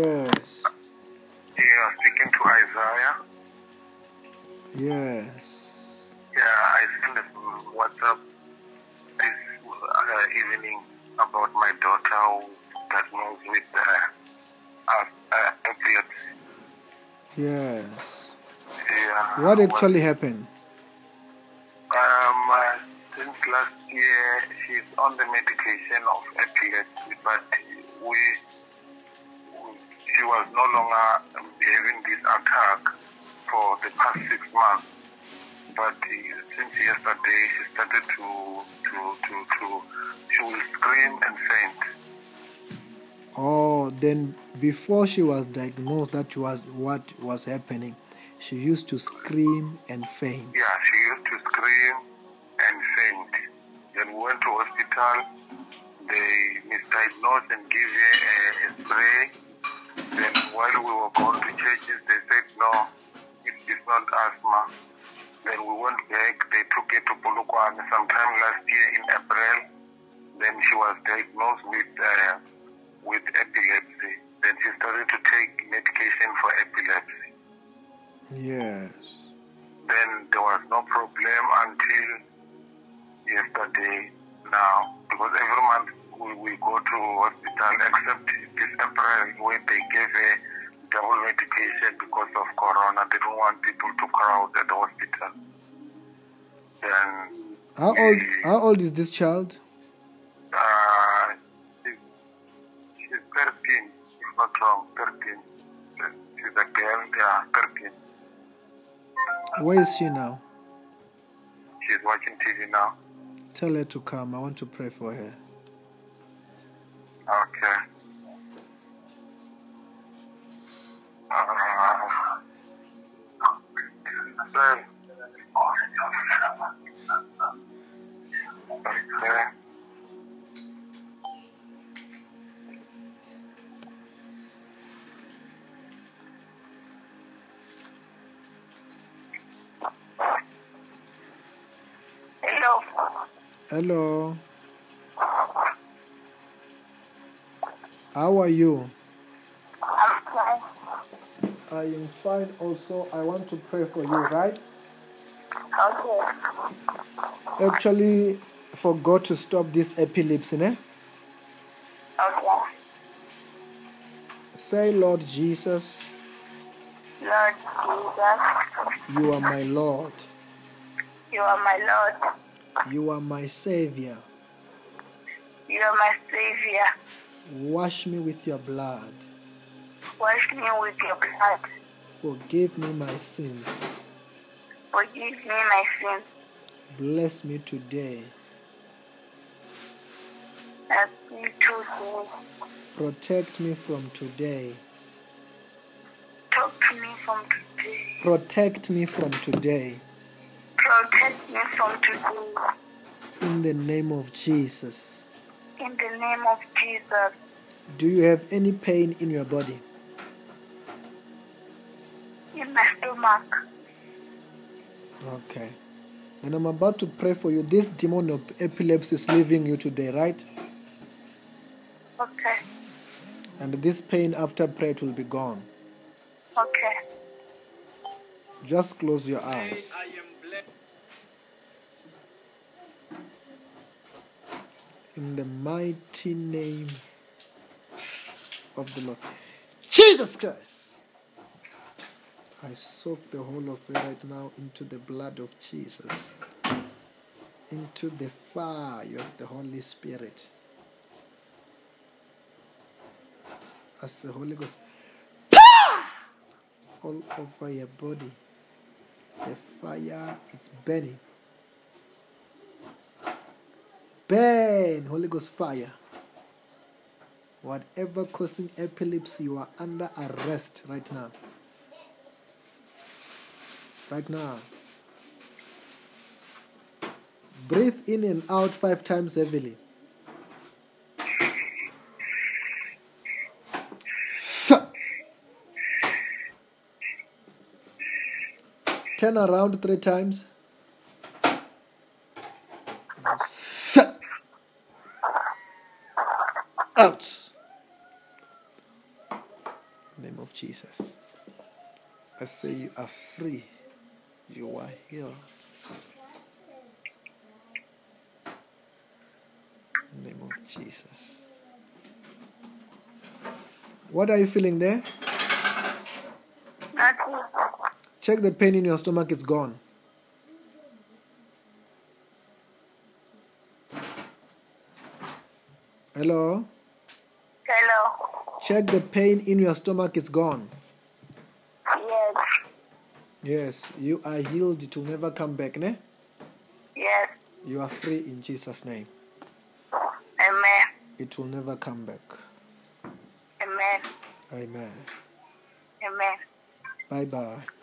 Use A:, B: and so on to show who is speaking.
A: Yes.
B: You are speaking to Isaiah.
A: Yes.
B: Yeah, I sent a WhatsApp this uh, evening about my daughter who diagnosed with uh, uh, uh, epilepsy.
A: Yes.
B: Yeah.
A: What actually happened?
B: Um, uh, since last year, she's on the medication of epilepsy, but we, we she was no longer um, having this attack for the past six months. But uh, since yesterday, she started to to to to she will scream and faint.
A: Oh, then before she was diagnosed, that was what was happening. She used to scream and faint.
B: Yeah, she used to scream and faint. Then we went to hospital. They misdiagnosed and gave her a, a spray. Then while we were going to churches, they said, no, it is not asthma. Then we went back. They took her to Polokwane sometime last year in April. Then she was diagnosed with uh, with epilepsy. Then she started to take medication for epilepsy
A: Yes.
B: then there was no problem until yesterday now because every month we, we go to hospital except this April where they gave a double medication because of corona they don't want people to crowd at the hospital then
A: How old? How old is this child?
B: uh, she, she's 13 if not wrong 13 she's a girl yeah 13
A: Where is she now?
B: she's watching TV now
A: Tell her to come. I want to pray for her.
B: Okay. Uh, then, okay.
C: Hello.
A: Hello. How are you?
C: I'm fine.
A: I am fine. Also, I want to pray for you, right?
C: Okay.
A: Actually, forgot to stop this epilepsy, ne?
C: Okay.
A: Say, Lord Jesus,
C: Lord Jesus,
A: you are my Lord.
C: you are my Lord.
A: You are my Savior.
C: You are my Savior.
A: Wash me with your blood.
C: Wash me with your blood.
A: Forgive me my sins.
C: Forgive me my sins.
A: Bless me today.
C: Help me to sin.
A: Protect me from today.
C: Talk to me from today.
A: Protect me from today.
C: Protect me from today.
A: In the name of Jesus.
C: In the name of Jesus.
A: Do you have any pain in your body?
C: In my stomach.
A: Okay. And I'm about to pray for you. This demon of epilepsy is leaving you today, right?
C: Okay.
A: And this pain after prayer it will be gone.
C: Okay.
A: Just close your eyes. In the mighty name of the Lord. Jesus Christ! I soak the whole of it right now into the blood of Jesus, into the fire of the Holy Spirit. As the Holy Ghost, all over your body, the fire is burning. Burn, Holy Ghost fire. Whatever causing epilepsy, you are under arrest right now. Right now. Breathe in and out five times heavily. Turn around three times. Out. name of Jesus. I say you are free. You are healed. In the name of Jesus. What are you feeling there?
C: Nothing.
A: Check the pain in your stomach, it's gone. Hello?
C: Hello.
A: Check the pain in your stomach, it's gone.
C: Yes.
A: Yes, you are healed, it will never come back, ne?
C: Yes.
A: You are free in Jesus' name.
C: Amen.
A: It will never come back.
C: Amen.
A: Amen.
C: Amen.
A: Bye bye.